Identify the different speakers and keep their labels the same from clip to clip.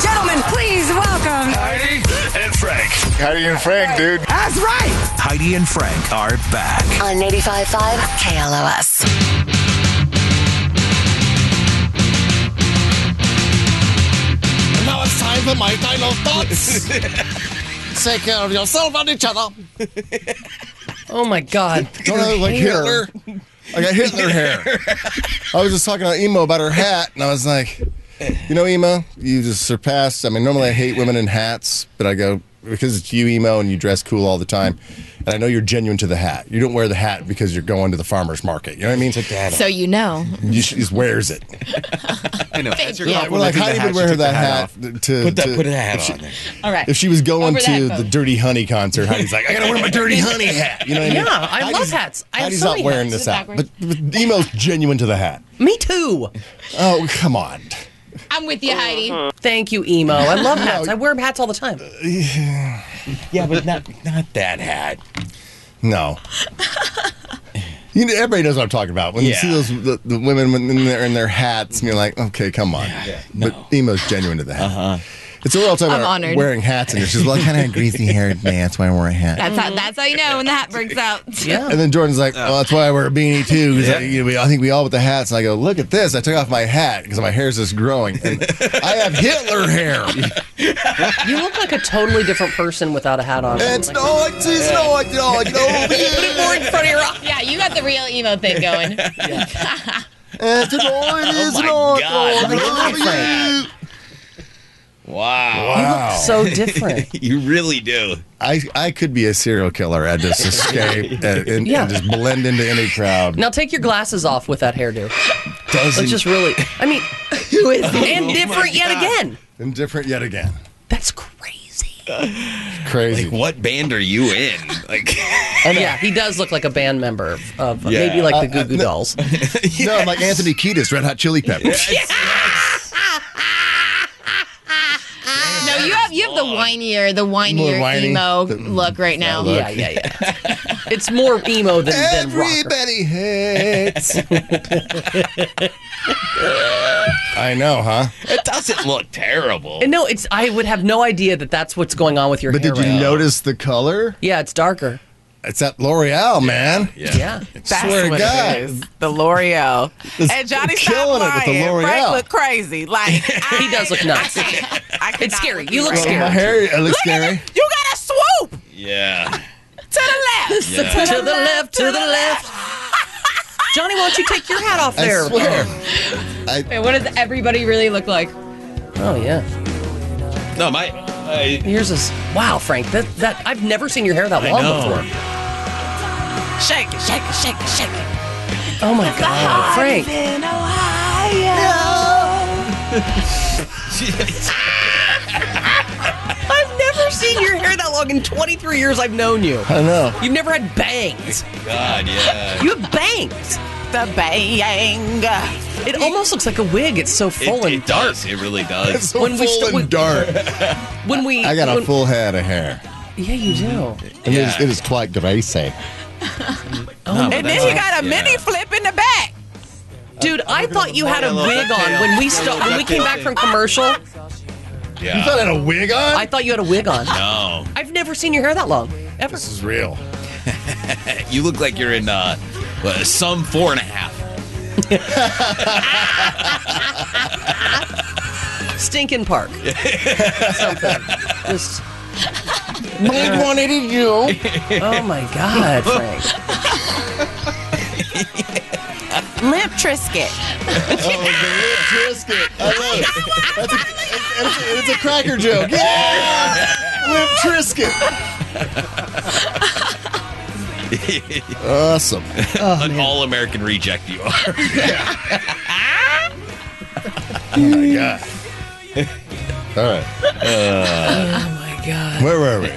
Speaker 1: gentlemen, please welcome.
Speaker 2: Heidi and Frank.
Speaker 3: Heidi and Frank, dude.
Speaker 1: That's right.
Speaker 2: Heidi and Frank are back.
Speaker 4: on 85.5 KLOS.
Speaker 5: And now it's time for my dialogue thoughts. Take care of yourself and each other.
Speaker 6: Oh my God.
Speaker 5: Don't I look like Hitler? I got Hitler hair. I was just talking to Emo about her hat, and I was like, you know, Emo, you just surpassed. I mean, normally I hate women in hats, but I go, because it's you, Emo, and you dress cool all the time. And I know you're genuine to the hat. You don't wear the hat because you're going to the farmer's market. You know what I mean?
Speaker 7: So you know.
Speaker 5: You she just wears it.
Speaker 8: I know. That's your
Speaker 5: We're
Speaker 8: compliment. Take
Speaker 5: like,
Speaker 8: the
Speaker 5: Heidi
Speaker 8: hat,
Speaker 5: would wear
Speaker 8: take the
Speaker 5: that hat,
Speaker 8: off.
Speaker 5: to.
Speaker 8: Put that,
Speaker 5: to-
Speaker 8: put that hat on there.
Speaker 7: All right.
Speaker 5: If she was going
Speaker 7: Over that
Speaker 5: to the
Speaker 7: phone.
Speaker 5: Dirty Honey concert, Heidi's like, I gotta wear my Dirty Honey hat. You know what I mean?
Speaker 6: Yeah, I love hats. I have
Speaker 5: Heidi's
Speaker 6: so
Speaker 5: not
Speaker 6: many
Speaker 5: wearing
Speaker 6: hats.
Speaker 5: this hat, but, but Emo's genuine to the hat.
Speaker 6: Me too.
Speaker 5: Oh come on!
Speaker 7: I'm with you, Heidi.
Speaker 6: Thank you, emo. I love hats. I wear hats all the time.
Speaker 8: Yeah, but not not that hat.
Speaker 5: No. You know, everybody knows what I'm talking about. When you
Speaker 8: Yeah.
Speaker 5: see those the, the women when- in their in their hats, and you're like, okay, come on. But Emo's genuine to the hat.
Speaker 6: Uh-huh.
Speaker 5: It's a real time
Speaker 7: I'm
Speaker 5: about
Speaker 7: honored.
Speaker 5: wearing hats, and you're just like, kind of greasy haired man. That's why I wear a hat.
Speaker 7: That's how, that's how you know when the hat breaks out.
Speaker 5: And then Jordan's like, "Well, that's why I wear a beanie too." 'cause I, you know, we- I think we all with the hats. And I go, "Look at this! I took off my hat because my hair's just growing, and I have Hitler hair."
Speaker 6: You look like a totally different person without a hat on.
Speaker 5: it's no, like, it's no, like, no, like, no,
Speaker 6: More in front of your eye.
Speaker 7: Yeah, you got the real emo thing going.
Speaker 5: it's no, it is
Speaker 8: my
Speaker 5: not.
Speaker 8: God,
Speaker 5: no,
Speaker 8: look at
Speaker 5: no,
Speaker 8: that.
Speaker 5: you.
Speaker 8: Wow.
Speaker 5: Wow,
Speaker 6: So different.
Speaker 8: You really do.
Speaker 5: I I could be a serial killer. I just escape and, and- and,
Speaker 6: Yeah.
Speaker 5: just blend into any crowd.
Speaker 6: Now take your glasses off with that hairdo.
Speaker 5: Doesn't
Speaker 6: It's just really, I mean, who is and different yet again.
Speaker 5: indifferent yet again.
Speaker 6: That's crazy.
Speaker 5: Crazy.
Speaker 8: What band are you in? Like,
Speaker 6: Yeah, he does look like a band member of, of
Speaker 8: Yeah.
Speaker 6: maybe like the Goo Goo Dolls.
Speaker 5: No, I'm like Anthony Kiedis, Red Hot Chili Peppers.
Speaker 7: No, you have you have the whinier, the
Speaker 5: More
Speaker 7: whinier
Speaker 5: whiny.
Speaker 7: emo
Speaker 5: The-
Speaker 7: look right now.
Speaker 6: Yeah, yeah, yeah. It's more emo than, than rocker.
Speaker 5: Everybody hates. I know, huh?
Speaker 8: it doesn't look terrible.
Speaker 6: And no, it's I would have no idea that that's what's going on with your
Speaker 5: But
Speaker 6: hair.
Speaker 5: did you
Speaker 6: right now.
Speaker 5: notice the color?
Speaker 6: Yeah, it's darker.
Speaker 5: It's that L'Oreal, man.
Speaker 6: Yeah.
Speaker 9: That's
Speaker 5: Swear to
Speaker 9: what
Speaker 5: God.
Speaker 9: it is. The L'Oreal. And Johnny
Speaker 5: killing
Speaker 9: stop
Speaker 5: it with the
Speaker 9: lying.
Speaker 5: L'Oreal.
Speaker 9: Frank look crazy. Like I,
Speaker 6: He does look nuts.
Speaker 9: I
Speaker 6: It's
Speaker 9: cannot
Speaker 6: scary.
Speaker 9: with
Speaker 6: You look
Speaker 9: right
Speaker 6: scary.
Speaker 9: now.
Speaker 5: My hair it looks scary.
Speaker 9: You got a swoop to
Speaker 8: Yeah.
Speaker 9: the left.
Speaker 6: to the left, to the left. Johnny, why don't you take your hat off
Speaker 5: I
Speaker 6: there?
Speaker 5: swear.
Speaker 7: Wait, what does everybody really look like?
Speaker 6: Oh yeah.
Speaker 8: No, my. I,
Speaker 6: Yours is wow, Frank. That that I've never seen your hair that
Speaker 8: I
Speaker 6: long
Speaker 8: know.
Speaker 6: before.
Speaker 9: Shake it, shake it, shake it, shake it.
Speaker 6: Oh my god, Frank.
Speaker 9: In Ohio.
Speaker 6: I've never seen your hair that long in 23 years I've known you.
Speaker 5: I know.
Speaker 6: You've never had bangs.
Speaker 8: God, yeah.
Speaker 6: You have bangs.
Speaker 9: The bang.
Speaker 6: It almost looks like a wig. It's so full
Speaker 8: It,
Speaker 6: and
Speaker 8: it does. It really
Speaker 5: It's
Speaker 8: does.
Speaker 5: so
Speaker 6: When we
Speaker 5: full
Speaker 6: st-
Speaker 5: and dark.
Speaker 6: when we
Speaker 5: I got a
Speaker 6: when-
Speaker 5: full head of hair.
Speaker 6: Yeah, you do.
Speaker 5: And it, is,
Speaker 8: Yeah.
Speaker 5: it is quite
Speaker 8: No,
Speaker 5: greasy.
Speaker 8: but
Speaker 9: And
Speaker 8: that's
Speaker 9: then he
Speaker 8: not-
Speaker 9: got a
Speaker 8: yeah.
Speaker 9: mini flip in the back.
Speaker 6: Dude, I thought you had a
Speaker 8: little
Speaker 6: wig on
Speaker 8: ducktail.
Speaker 6: when we st- when we came back from commercial.
Speaker 5: You thought
Speaker 8: Yeah.
Speaker 5: I had a wig on?
Speaker 6: I thought you had a wig on.
Speaker 8: No.
Speaker 6: I've never seen your hair that long. Ever.
Speaker 5: this is real.
Speaker 8: You look like you're in uh, uh, some four and a half.
Speaker 6: Stinking park. Something. Just
Speaker 5: Blink 180 you.
Speaker 6: Oh my God,
Speaker 8: Oh
Speaker 6: Frank.
Speaker 9: Limp Trisket.
Speaker 5: Oh, the lip Trisket. I love it. That's a, it's, it's a, it's a cracker joke. Yeah! Lip Trisket. awesome.
Speaker 6: Oh,
Speaker 8: An all American reject you are.
Speaker 5: Yeah. All right.
Speaker 6: Oh my God.
Speaker 5: Where were we?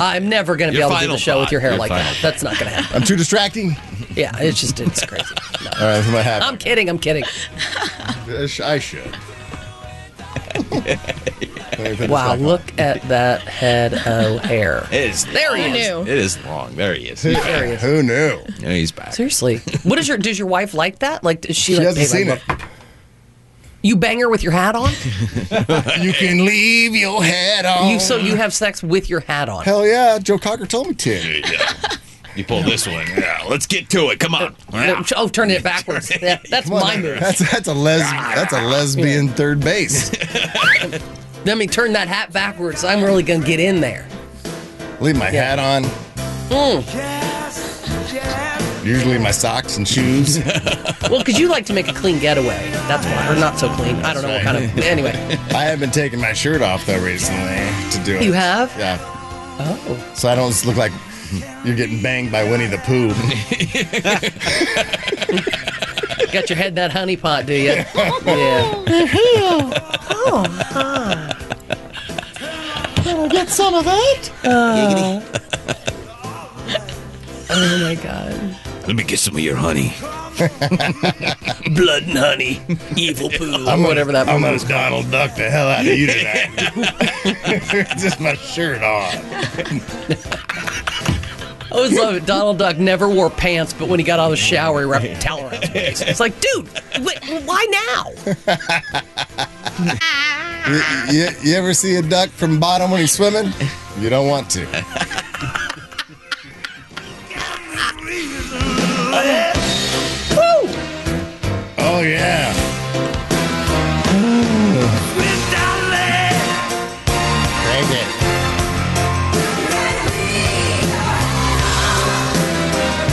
Speaker 6: I'm never going to be
Speaker 8: Your
Speaker 6: able to do
Speaker 8: final
Speaker 6: the show with
Speaker 8: thought.
Speaker 6: your hair
Speaker 8: Your
Speaker 6: like
Speaker 8: final
Speaker 6: that. That's not going to happen.
Speaker 5: I'm too distracting.
Speaker 6: Yeah, it's just, it's crazy. No.
Speaker 5: All right, my hat.
Speaker 6: I'm kidding. I'm kidding.
Speaker 5: I should.
Speaker 6: Wow, look at that head of hair.
Speaker 8: It is.
Speaker 6: There he is.
Speaker 7: Who
Speaker 8: It
Speaker 7: knew?
Speaker 8: is long. There he is.
Speaker 6: There he is.
Speaker 5: Who knew?
Speaker 8: Yeah, he's back.
Speaker 6: Seriously, what is your? Does your wife like that? Like, does she?
Speaker 5: She
Speaker 6: like,
Speaker 5: hasn't
Speaker 6: babe, I
Speaker 5: seen
Speaker 6: love-
Speaker 5: it.
Speaker 6: You bang her with your hat on.
Speaker 5: You can leave your head on.
Speaker 6: You so you have sex with your hat on.
Speaker 5: Hell yeah, Joe Cocker told me to.
Speaker 8: You pull this one. Yeah, let's get to it. Come on.
Speaker 6: Oh, turn it backwards. Yeah, that's
Speaker 5: Come on,
Speaker 6: my
Speaker 5: man.
Speaker 6: move.
Speaker 5: That's that's a les that's a lesbian third base.
Speaker 6: Let me turn that hat backwards. I'm really gonna get in there.
Speaker 5: Leave my
Speaker 6: Yeah. Mm.
Speaker 5: hat on. Usually my socks and shoes.
Speaker 6: Well, because you like to make a clean getaway. That's why, or not so clean. I don't know what kind of. Anyway,
Speaker 5: I have been taking my shirt off though recently to do it.
Speaker 6: you have.
Speaker 5: Yeah.
Speaker 6: Oh,
Speaker 5: So I don't just look like you're getting banged by Winnie the Pooh.
Speaker 6: got your head in that honey pot, do you? Yeah. Oh,
Speaker 5: Get some of that.
Speaker 6: Oh my god.
Speaker 8: Let me get some of your honey. Blood and honey. Evil poo.
Speaker 6: I'm whatever that.
Speaker 5: I'm
Speaker 6: movie
Speaker 5: gonna
Speaker 6: was.
Speaker 5: Donald Duck the hell out of you tonight. just my shirt on.
Speaker 6: I always love it. Donald Duck never wore pants, but when he got out of the shower, he wrapped a towel around his waist. It's like, dude, wait, why now?
Speaker 5: You, you- you ever see a duck from bottom when he's swimming? You don't want to. Oh yeah. Thank you.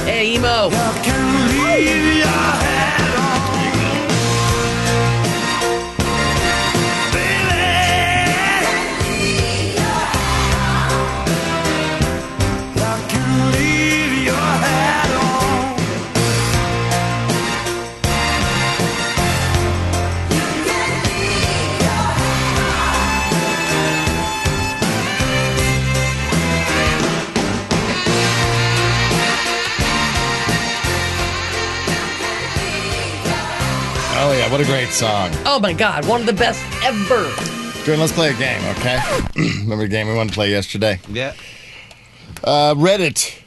Speaker 6: Hey, emo.
Speaker 5: Oh yeah, what a great song.
Speaker 6: Oh my god, one of the best ever.
Speaker 5: Jordan, let's play a game, okay? Remember the game we wanted to play yesterday?
Speaker 8: Yeah.
Speaker 5: Uh, Reddit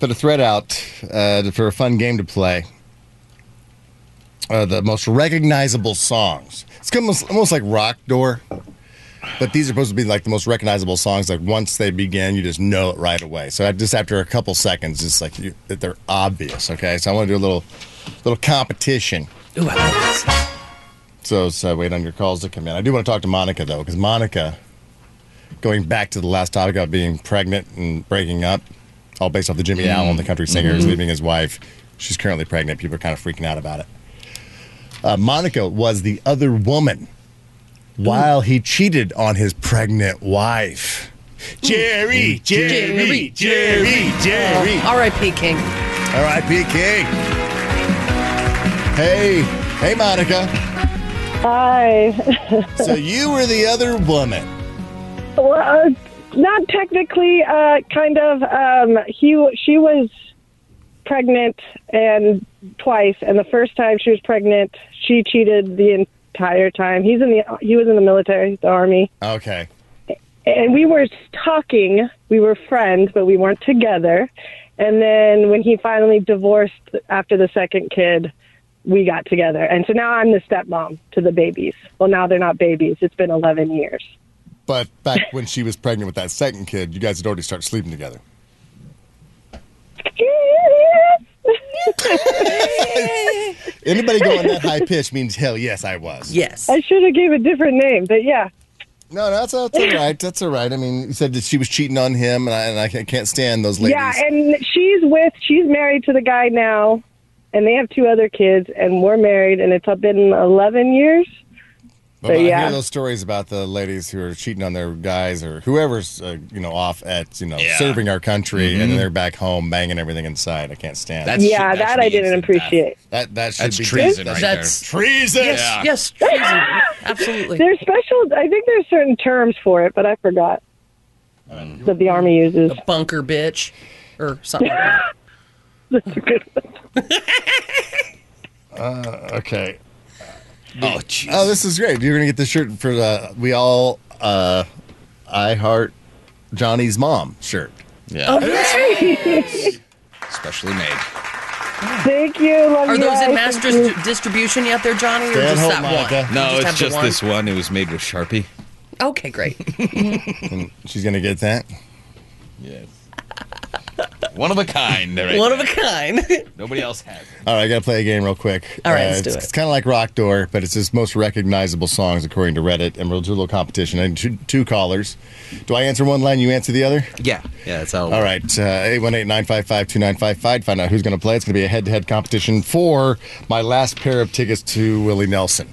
Speaker 5: put a thread out uh, for a fun game to play. Uh, the most recognizable songs. It's almost, almost like Rock Door, but these are supposed to be like the most recognizable songs. Like once they begin, you just know it right away. So I, just after a couple seconds, it's like you, that they're obvious. Okay, so I want to do a little little competition.
Speaker 6: Ooh, I love this.
Speaker 5: So, so I wait on your calls to come in. I do want to talk to Monica though, because Monica, going back to the last topic about being pregnant and breaking up, all based off the Jimmy Allen, the country singer, is leaving his wife. She's currently pregnant. People are kind of freaking out about it. Uh, Monica was the other woman while he cheated on his pregnant wife. Jerry, Jerry,
Speaker 6: Jerry.
Speaker 5: Jerry, Jerry.
Speaker 6: R.I.P. King.
Speaker 5: R.I.P. King. Hey, hey, Monica.
Speaker 3: Hi.
Speaker 5: So you were the other woman.
Speaker 3: well, uh, not technically, uh, kind of. Um, he, she was pregnant and twice, and the first time she was pregnant, she cheated the entire time. He's in the, he was in the military, the army,
Speaker 5: Okay.
Speaker 3: and we were talking. We were friends, but we weren't together. And then when he finally divorced after the second kid, we got together. And so now I'm the stepmom to the babies. Well, now they're not babies. It's been 11 years.
Speaker 5: But back when she was pregnant with that second kid, you guys had already started sleeping together. Anybody going that high pitch means hell yes, I was.
Speaker 6: Yes.
Speaker 3: I should have gave a different name, but yeah.
Speaker 5: No, no, that's, that's all right. That's all right. I mean, you said that she was cheating on him, and I, and I can't- can't stand those ladies.
Speaker 3: Yeah, and she's with she's married to the guy now and they have two other kids and we're married and it's been 11 years.
Speaker 5: but I
Speaker 3: yeah.
Speaker 5: hear those stories about the ladies who are cheating on their guys or whoever's, uh, you know, off at, you know,
Speaker 8: Yeah. Mm-hmm.
Speaker 5: serving our country, and then they're back home banging everything inside. I can't stand
Speaker 8: That's-
Speaker 5: it.
Speaker 3: yeah,
Speaker 8: that's
Speaker 3: that I
Speaker 8: me,
Speaker 3: didn't
Speaker 8: isn't
Speaker 3: appreciate.
Speaker 5: That that should
Speaker 8: That's
Speaker 5: be
Speaker 8: treason right
Speaker 6: That's-
Speaker 8: there.
Speaker 5: Treason.
Speaker 8: Yeah.
Speaker 6: Yes, treason. absolutely.
Speaker 3: There's special I think there's certain terms for it, but I forgot that the army uses.
Speaker 6: Bunker bitch, or something. like that.
Speaker 3: That's a good one.
Speaker 5: Okay.
Speaker 8: Oh, jeez.
Speaker 5: Oh, this is great. You're gonna get the shirt for the we all uh I heart Johnny's mom shirt.
Speaker 8: yeah.
Speaker 6: That's oh, right.
Speaker 8: Specially made.
Speaker 3: Thank you. Love
Speaker 6: Are
Speaker 3: you
Speaker 6: those
Speaker 3: guys.
Speaker 6: in
Speaker 3: Thank
Speaker 6: mass
Speaker 3: you.
Speaker 6: dis- distribution yet there, Johnny, or
Speaker 5: Stay at
Speaker 6: just
Speaker 5: home,
Speaker 6: that
Speaker 5: Monica.
Speaker 6: one?
Speaker 8: No,
Speaker 6: You
Speaker 8: it's
Speaker 6: have the
Speaker 8: just
Speaker 6: one?
Speaker 8: this one. It was made with Sharpie.
Speaker 6: Okay, great.
Speaker 5: She's gonna get that.
Speaker 8: Yes. one of a kind. Right
Speaker 6: one of a kind.
Speaker 8: Nobody else has it.
Speaker 5: All right, I gotta play a game real quick. Uh,
Speaker 6: All right, let's do
Speaker 5: it's,
Speaker 6: it.
Speaker 5: It's kind of like Rock Door, but it's his most recognizable songs according to Reddit, and we'll do a little competition. And two, two callers. Do I answer one line? You answer the other.
Speaker 8: Yeah. Yeah, that's how.
Speaker 5: All right, uh, eight one eight nine five five two nine five five. Find out who's gonna play. It's gonna be a head to head competition for my last pair of tickets to Willie Nelson.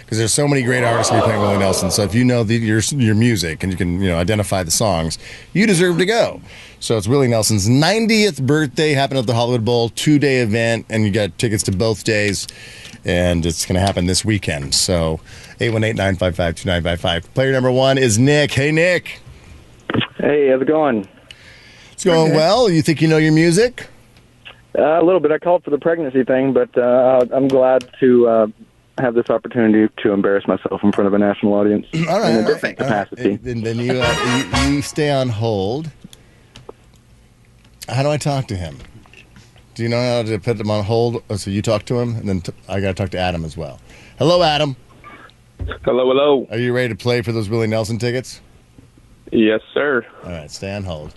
Speaker 5: Because there's so many great artists to be playing Willie Nelson. So if you know the, your your music and you can you know identify the songs, you deserve to go. So it's Willie Nelson's 90th birthday happened at the Hollywood Bowl two day event, and you got tickets to both days, and it's gonna happen this weekend. So eight one eight nine five five two nine five five. Player number one is Nick. Hey Nick,
Speaker 10: Hey, how's it going?
Speaker 5: it's going well. You think you know your music?
Speaker 10: Uh, a little bit. I called for the pregnancy thing, but uh, I'm glad to uh, have this opportunity to embarrass myself in front of a national audience
Speaker 5: All right.
Speaker 10: in a
Speaker 5: all right,
Speaker 10: different
Speaker 5: all right.
Speaker 10: capacity.
Speaker 5: And then you, uh, you you stay on hold. How do I talk to him? Do you know how to put him on hold? Oh, so you talk to him, and then t- I got to talk to Adam as well. Hello, Adam.
Speaker 11: Hello, hello.
Speaker 5: Are you ready to play for those Willie Nelson tickets?
Speaker 11: Yes, sir.
Speaker 5: All right, stay on hold.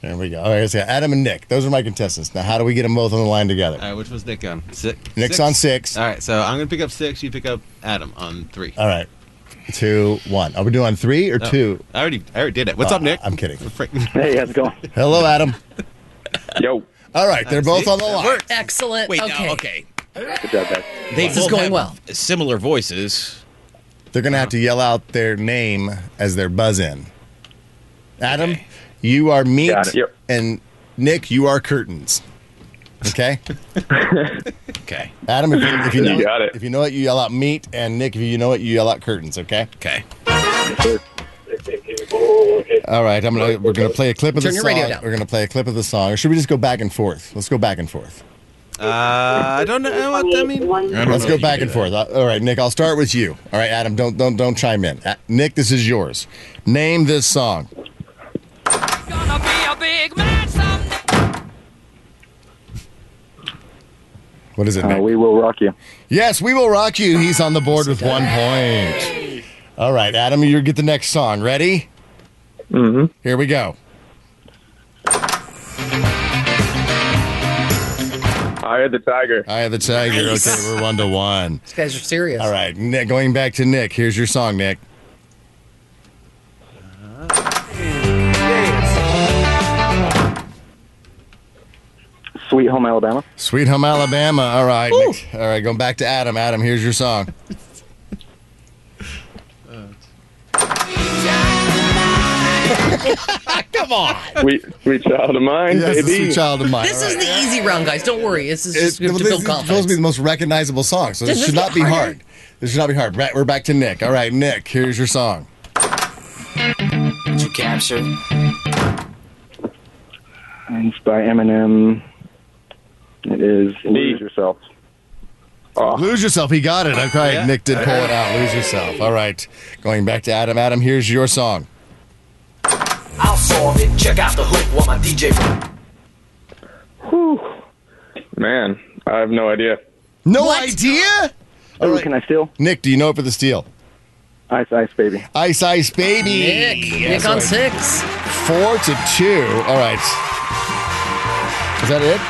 Speaker 5: There we go. All right, so Adam and Nick. Those are my contestants. Now, how do we get them both on the line together?
Speaker 12: All right, Uh, which was Nick on? Six.
Speaker 5: Nick's on six.
Speaker 12: All right, so I'm gonna pick up six. You pick up Adam on three.
Speaker 5: All right, two, one. Are we doing three or
Speaker 12: Oh,
Speaker 5: two?
Speaker 12: I already, I already did it. What's
Speaker 5: Oh,
Speaker 12: up, Nick? uh,
Speaker 5: I'm kidding.
Speaker 10: Hey, how's it going?
Speaker 5: Hello, Adam.
Speaker 10: Yo.
Speaker 5: All right, they're both on the line.
Speaker 6: Excellent.
Speaker 8: Wait,
Speaker 6: okay.
Speaker 8: no, okay.
Speaker 10: Good job, guys.
Speaker 8: They
Speaker 6: This is
Speaker 8: both
Speaker 6: going
Speaker 8: have
Speaker 6: well.
Speaker 8: Similar voices.
Speaker 5: They're going to have to yell out their name as their buzz in. Adam, you are meat,
Speaker 10: Got it. Yep.
Speaker 5: and Nick, you are curtains. Okay,
Speaker 8: Okay.
Speaker 5: Adam, if you, if you know
Speaker 11: You got it.
Speaker 5: if you know it, you yell out meat, and Nick, if you know it, you yell out curtains. Okay.
Speaker 8: Okay.
Speaker 5: All right, I'm gonna we're gonna play a clip of
Speaker 6: Turn
Speaker 5: the
Speaker 6: your
Speaker 5: song.
Speaker 6: radio down.
Speaker 5: We're gonna play a clip of the song, or should we just go back and forth? Let's go back and forth.
Speaker 12: Uh, I don't know what that means.
Speaker 5: Let's go back and forth. Uh, All right, Nick, I'll start with you. All right, Adam, don't don't don't chime in. Uh, Nick, this is yours. Name this song.
Speaker 1: Gonna be a big man someday.
Speaker 5: What is it?
Speaker 10: Uh,
Speaker 5: Nick?
Speaker 10: we will rock you.
Speaker 5: Yes, we will rock you. He's on the board with one point. All right, Adam, you get the next song. Ready?
Speaker 11: Mm-hmm.
Speaker 5: Here we go.
Speaker 11: I had the tiger.
Speaker 5: Eye of the Tiger. Okay, we're one to one.
Speaker 6: These guys are serious.
Speaker 5: All right, Nick, going back to Nick. Here's your song, Nick.
Speaker 10: Sweet Home Alabama.
Speaker 5: Sweet Home Alabama. All right, Nick. All right, going back to Adam. Adam, here's your song.
Speaker 11: Sweet, sweet child of mine,
Speaker 5: Yes, the
Speaker 11: baby.
Speaker 5: Sweet Child of Mine.
Speaker 6: This
Speaker 5: All
Speaker 6: is
Speaker 5: right.
Speaker 6: the easy round, guys. Don't worry. This is just
Speaker 5: It- well,
Speaker 6: to
Speaker 5: this
Speaker 6: build
Speaker 5: is supposed to be
Speaker 6: confidence.
Speaker 5: the most recognizable song, so this
Speaker 6: Does
Speaker 5: should
Speaker 6: this
Speaker 5: not
Speaker 6: get
Speaker 5: be
Speaker 6: harder?
Speaker 5: hard. This should not be hard. Right, We're back to Nick. All right, Nick, here's your song.
Speaker 13: you captured.
Speaker 10: It's by Eminem. It is Lose Yourself. Oh,
Speaker 5: Lose yourself. He got it. Okay.
Speaker 12: Yeah.
Speaker 5: Nick did pull it out. Lose yourself. All right. Going back to Adam. Adam, here's your song.
Speaker 13: I'll solve it. Check out the hook while my DJ.
Speaker 11: Man, I have no idea.
Speaker 5: No idea.
Speaker 10: Ooh, Oh, can I steal?
Speaker 5: Nick, do you know it for the steal?
Speaker 10: Ice, ice, baby.
Speaker 5: Ice Ice Baby.
Speaker 6: Nick,
Speaker 5: Yes,
Speaker 6: Nick on
Speaker 5: all right.
Speaker 6: six.
Speaker 5: Four to two. All right. Is that it?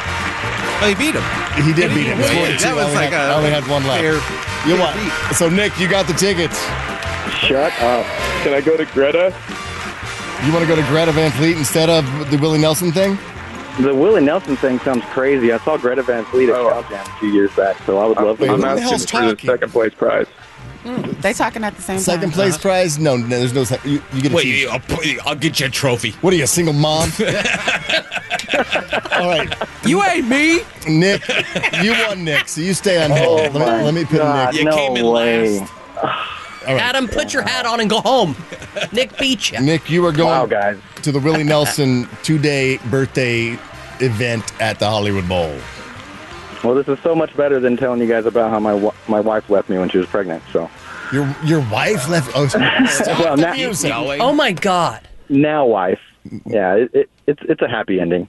Speaker 12: Oh, you beat him.
Speaker 5: He did beat him. It's
Speaker 12: Yeah,
Speaker 5: four to
Speaker 12: that
Speaker 5: two.
Speaker 12: was
Speaker 5: I only
Speaker 12: like
Speaker 5: had-
Speaker 12: a
Speaker 5: I only had one left.
Speaker 12: fair-
Speaker 5: you
Speaker 12: fair
Speaker 5: won. So Nick, you got the tickets.
Speaker 10: Shut up.
Speaker 11: Can I go to Greta?
Speaker 5: You want to go to Greta Van Fleet instead of the Willie Nelson thing?
Speaker 10: The Willie Nelson thing sounds crazy. I saw Greta Van Fleet at
Speaker 11: Oh.
Speaker 10: Cow Jam a few years back, so I would love to.
Speaker 5: who
Speaker 11: I'm
Speaker 5: the
Speaker 10: go.
Speaker 11: asking
Speaker 5: hell's
Speaker 11: for the
Speaker 5: talking?
Speaker 11: second place prize.
Speaker 9: They talking at the same time.
Speaker 5: Second place
Speaker 12: Uh-huh.
Speaker 5: prize? No, no there's no. sec- You, you get a
Speaker 8: Wait,
Speaker 5: t-shirt.
Speaker 8: you- I'll, put- I'll get you a trophy.
Speaker 5: What are you, a single mom? All right,
Speaker 12: You ain't me.
Speaker 5: Nick, you won, Nick, so you stay on hold. let, me,
Speaker 10: Oh my
Speaker 5: let me put
Speaker 10: God,
Speaker 5: Nick.
Speaker 8: You
Speaker 10: no
Speaker 8: came in
Speaker 10: way.
Speaker 8: last.
Speaker 5: All right.
Speaker 6: Adam, put your hat on and go home. Nick beat you.
Speaker 5: Nick, you are going
Speaker 10: Wow, guys.
Speaker 5: to the Willie Nelson two day birthday event at the Hollywood Bowl.
Speaker 10: Well, this is so much better than telling you guys about how my wa- my wife left me when she was pregnant. So
Speaker 5: Your your wife left. Oh, stop
Speaker 10: Well,
Speaker 5: the
Speaker 10: now-
Speaker 5: music.
Speaker 14: oh.
Speaker 8: Going.
Speaker 6: Oh my God.
Speaker 10: now wife. yeah, it, it, it's it's a happy ending.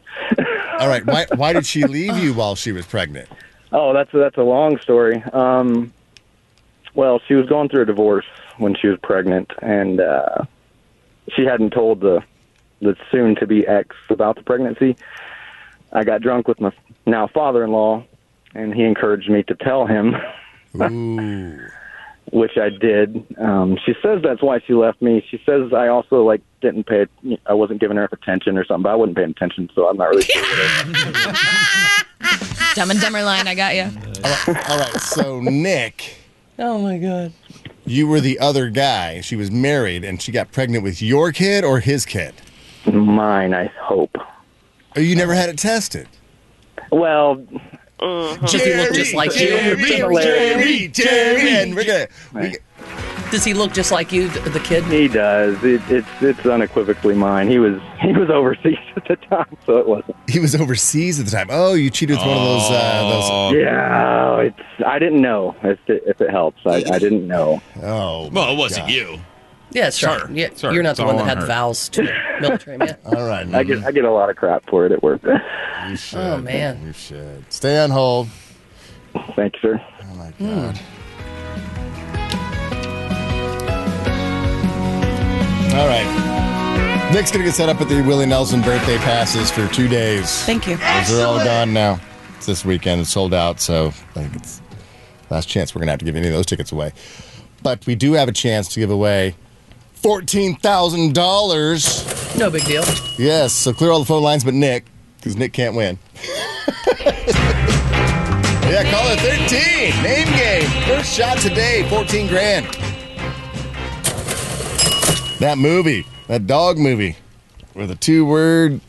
Speaker 5: All right. Why why did she leave you while she was pregnant?
Speaker 10: Oh, that's that's a long story. Um, well, she was going through a divorce when she was pregnant, and uh, she hadn't told the the soon to be ex about the pregnancy. I got drunk with my now father in law, and he encouraged me to tell him, which I did. Um, she says that's why she left me. She says I also like didn't pay. I wasn't giving her enough attention or something. But I wasn't paying attention, so I'm not really. sure what it-
Speaker 7: Dumb and Dumber line, I got you.
Speaker 5: All right, all right, so Nick,
Speaker 6: Oh my god.
Speaker 5: you were the other guy. She was married and she got pregnant with your kid or his kid? Oh,
Speaker 10: Mine, I hope.
Speaker 5: You never had it tested.
Speaker 10: Well,
Speaker 6: Does he look just like you?
Speaker 5: Jerry, Jerry, and we're gonna.
Speaker 6: Does he look just like you, th- the kid?
Speaker 10: He does. It, it's it's unequivocally mine. He was he was overseas at the time, so it wasn't.
Speaker 5: He was overseas at the time. Oh, you cheated with one of those. Uh, those.
Speaker 10: Yeah, it's. I didn't know if it, if it helps. I, I didn't know.
Speaker 5: Oh.
Speaker 8: Well, it wasn't you.
Speaker 6: Yeah, sure.
Speaker 8: Sure.
Speaker 6: Yeah,
Speaker 8: Sure.
Speaker 6: You're not the
Speaker 8: It's
Speaker 6: one
Speaker 8: all on
Speaker 6: that had
Speaker 8: her.
Speaker 6: vows to military man.
Speaker 5: All right.
Speaker 10: I get I get a lot of crap for it at work.
Speaker 5: You should.
Speaker 6: Oh, man.
Speaker 5: You should. Stay on hold.
Speaker 10: Thank you, sir.
Speaker 5: Oh my god. All right. Nick's gonna get set up at the Willie Nelson birthday passes for two days.
Speaker 9: Thank you.
Speaker 5: Those are all gone now. It's this weekend. It's sold out. So I think it's last chance. We're gonna have to give any of those tickets away. But we do have a chance to give away fourteen thousand dollars.
Speaker 6: No big deal.
Speaker 5: Yes. So clear all the phone lines, but Nick, because Nick can't win. yeah, caller thirteen. Name game. First shot today. Fourteen grand. That movie, that dog movie, with a two-word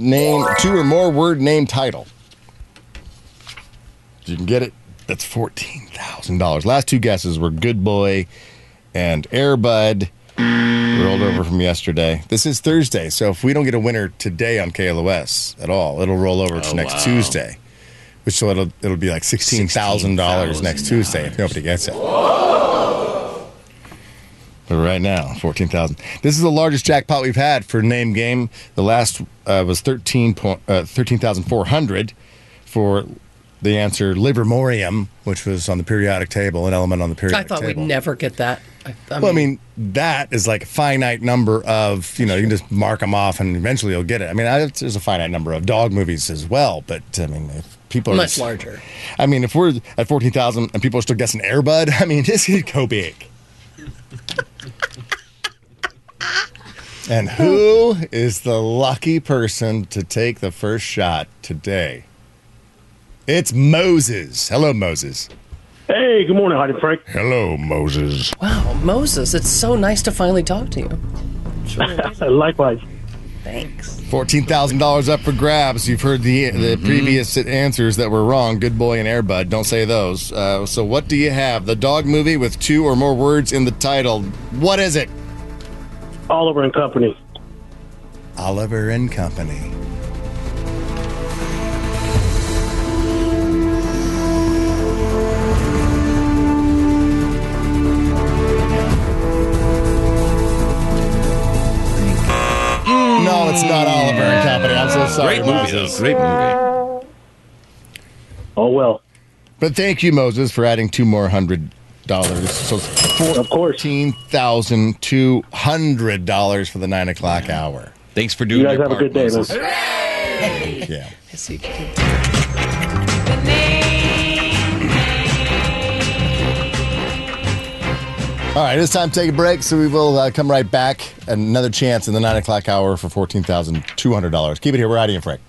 Speaker 5: name, two or more word name title. If you can get it, that's fourteen thousand dollars. Last two guesses were Good Boy and Airbud. Rolled over from yesterday. This is Thursday, so if we don't get a winner today on KLOS at all, it'll roll over to
Speaker 8: Oh,
Speaker 5: next
Speaker 8: wow.
Speaker 5: Tuesday. Which so it'll it'll be like sixteen thousand dollars next Tuesday if nobody gets it. But right now, fourteen thousand. This is the largest jackpot we've had for name game. The last uh, was thirteen point uh, thirteen thousand four hundred for the answer Livermorium, which was on the periodic table, an element on the
Speaker 6: I
Speaker 5: periodic
Speaker 6: thought
Speaker 5: table.
Speaker 6: we'd never get that. I, I
Speaker 5: well, I mean, that is like a finite number of you know you can just mark them off and eventually you'll get it. I mean, I, there's a finite number of dog movies as well, but I mean, if people are
Speaker 6: much
Speaker 5: just-
Speaker 6: larger.
Speaker 5: I mean, if we're at fourteen thousand and people are still guessing Airbud, I mean, this could go big. and who is the lucky person to take the first shot today? It's Moses. Hello, Moses.
Speaker 14: Hey, good morning, Heidi Frank.
Speaker 5: Hello, Moses.
Speaker 6: Wow, Moses, it's so nice to finally talk to you.
Speaker 14: Likewise.
Speaker 6: Thanks.
Speaker 5: Fourteen thousand dollars up for grabs. You've heard the the
Speaker 8: Mm-hmm.
Speaker 5: previous answers that were wrong. Good boy and Airbud. Don't say those. Uh, so what do you have? The dog movie with two or more words in the title. What is it?
Speaker 14: Oliver and Company.
Speaker 5: Oliver and Company. No, it's not Oliver and Company. I'm so
Speaker 8: Mm.
Speaker 5: sorry.
Speaker 8: Great movie,
Speaker 5: Moses.
Speaker 8: though. Great movie.
Speaker 14: Oh well.
Speaker 5: But thank you, Moses, for adding two more hundred dollars. So fourteen thousand two hundred dollars for the nine o'clock hour.
Speaker 8: Thanks for doing
Speaker 14: You guys
Speaker 8: your
Speaker 14: have a good
Speaker 8: part,
Speaker 14: day,
Speaker 8: Moses.
Speaker 14: man.
Speaker 5: Yeah.
Speaker 6: Yes, you did.
Speaker 5: All right, it's time to take a break. So we will uh, come right back. Another chance in the nine o'clock hour for fourteen thousand two hundred dollars. Keep it here. We're out of here, Frank.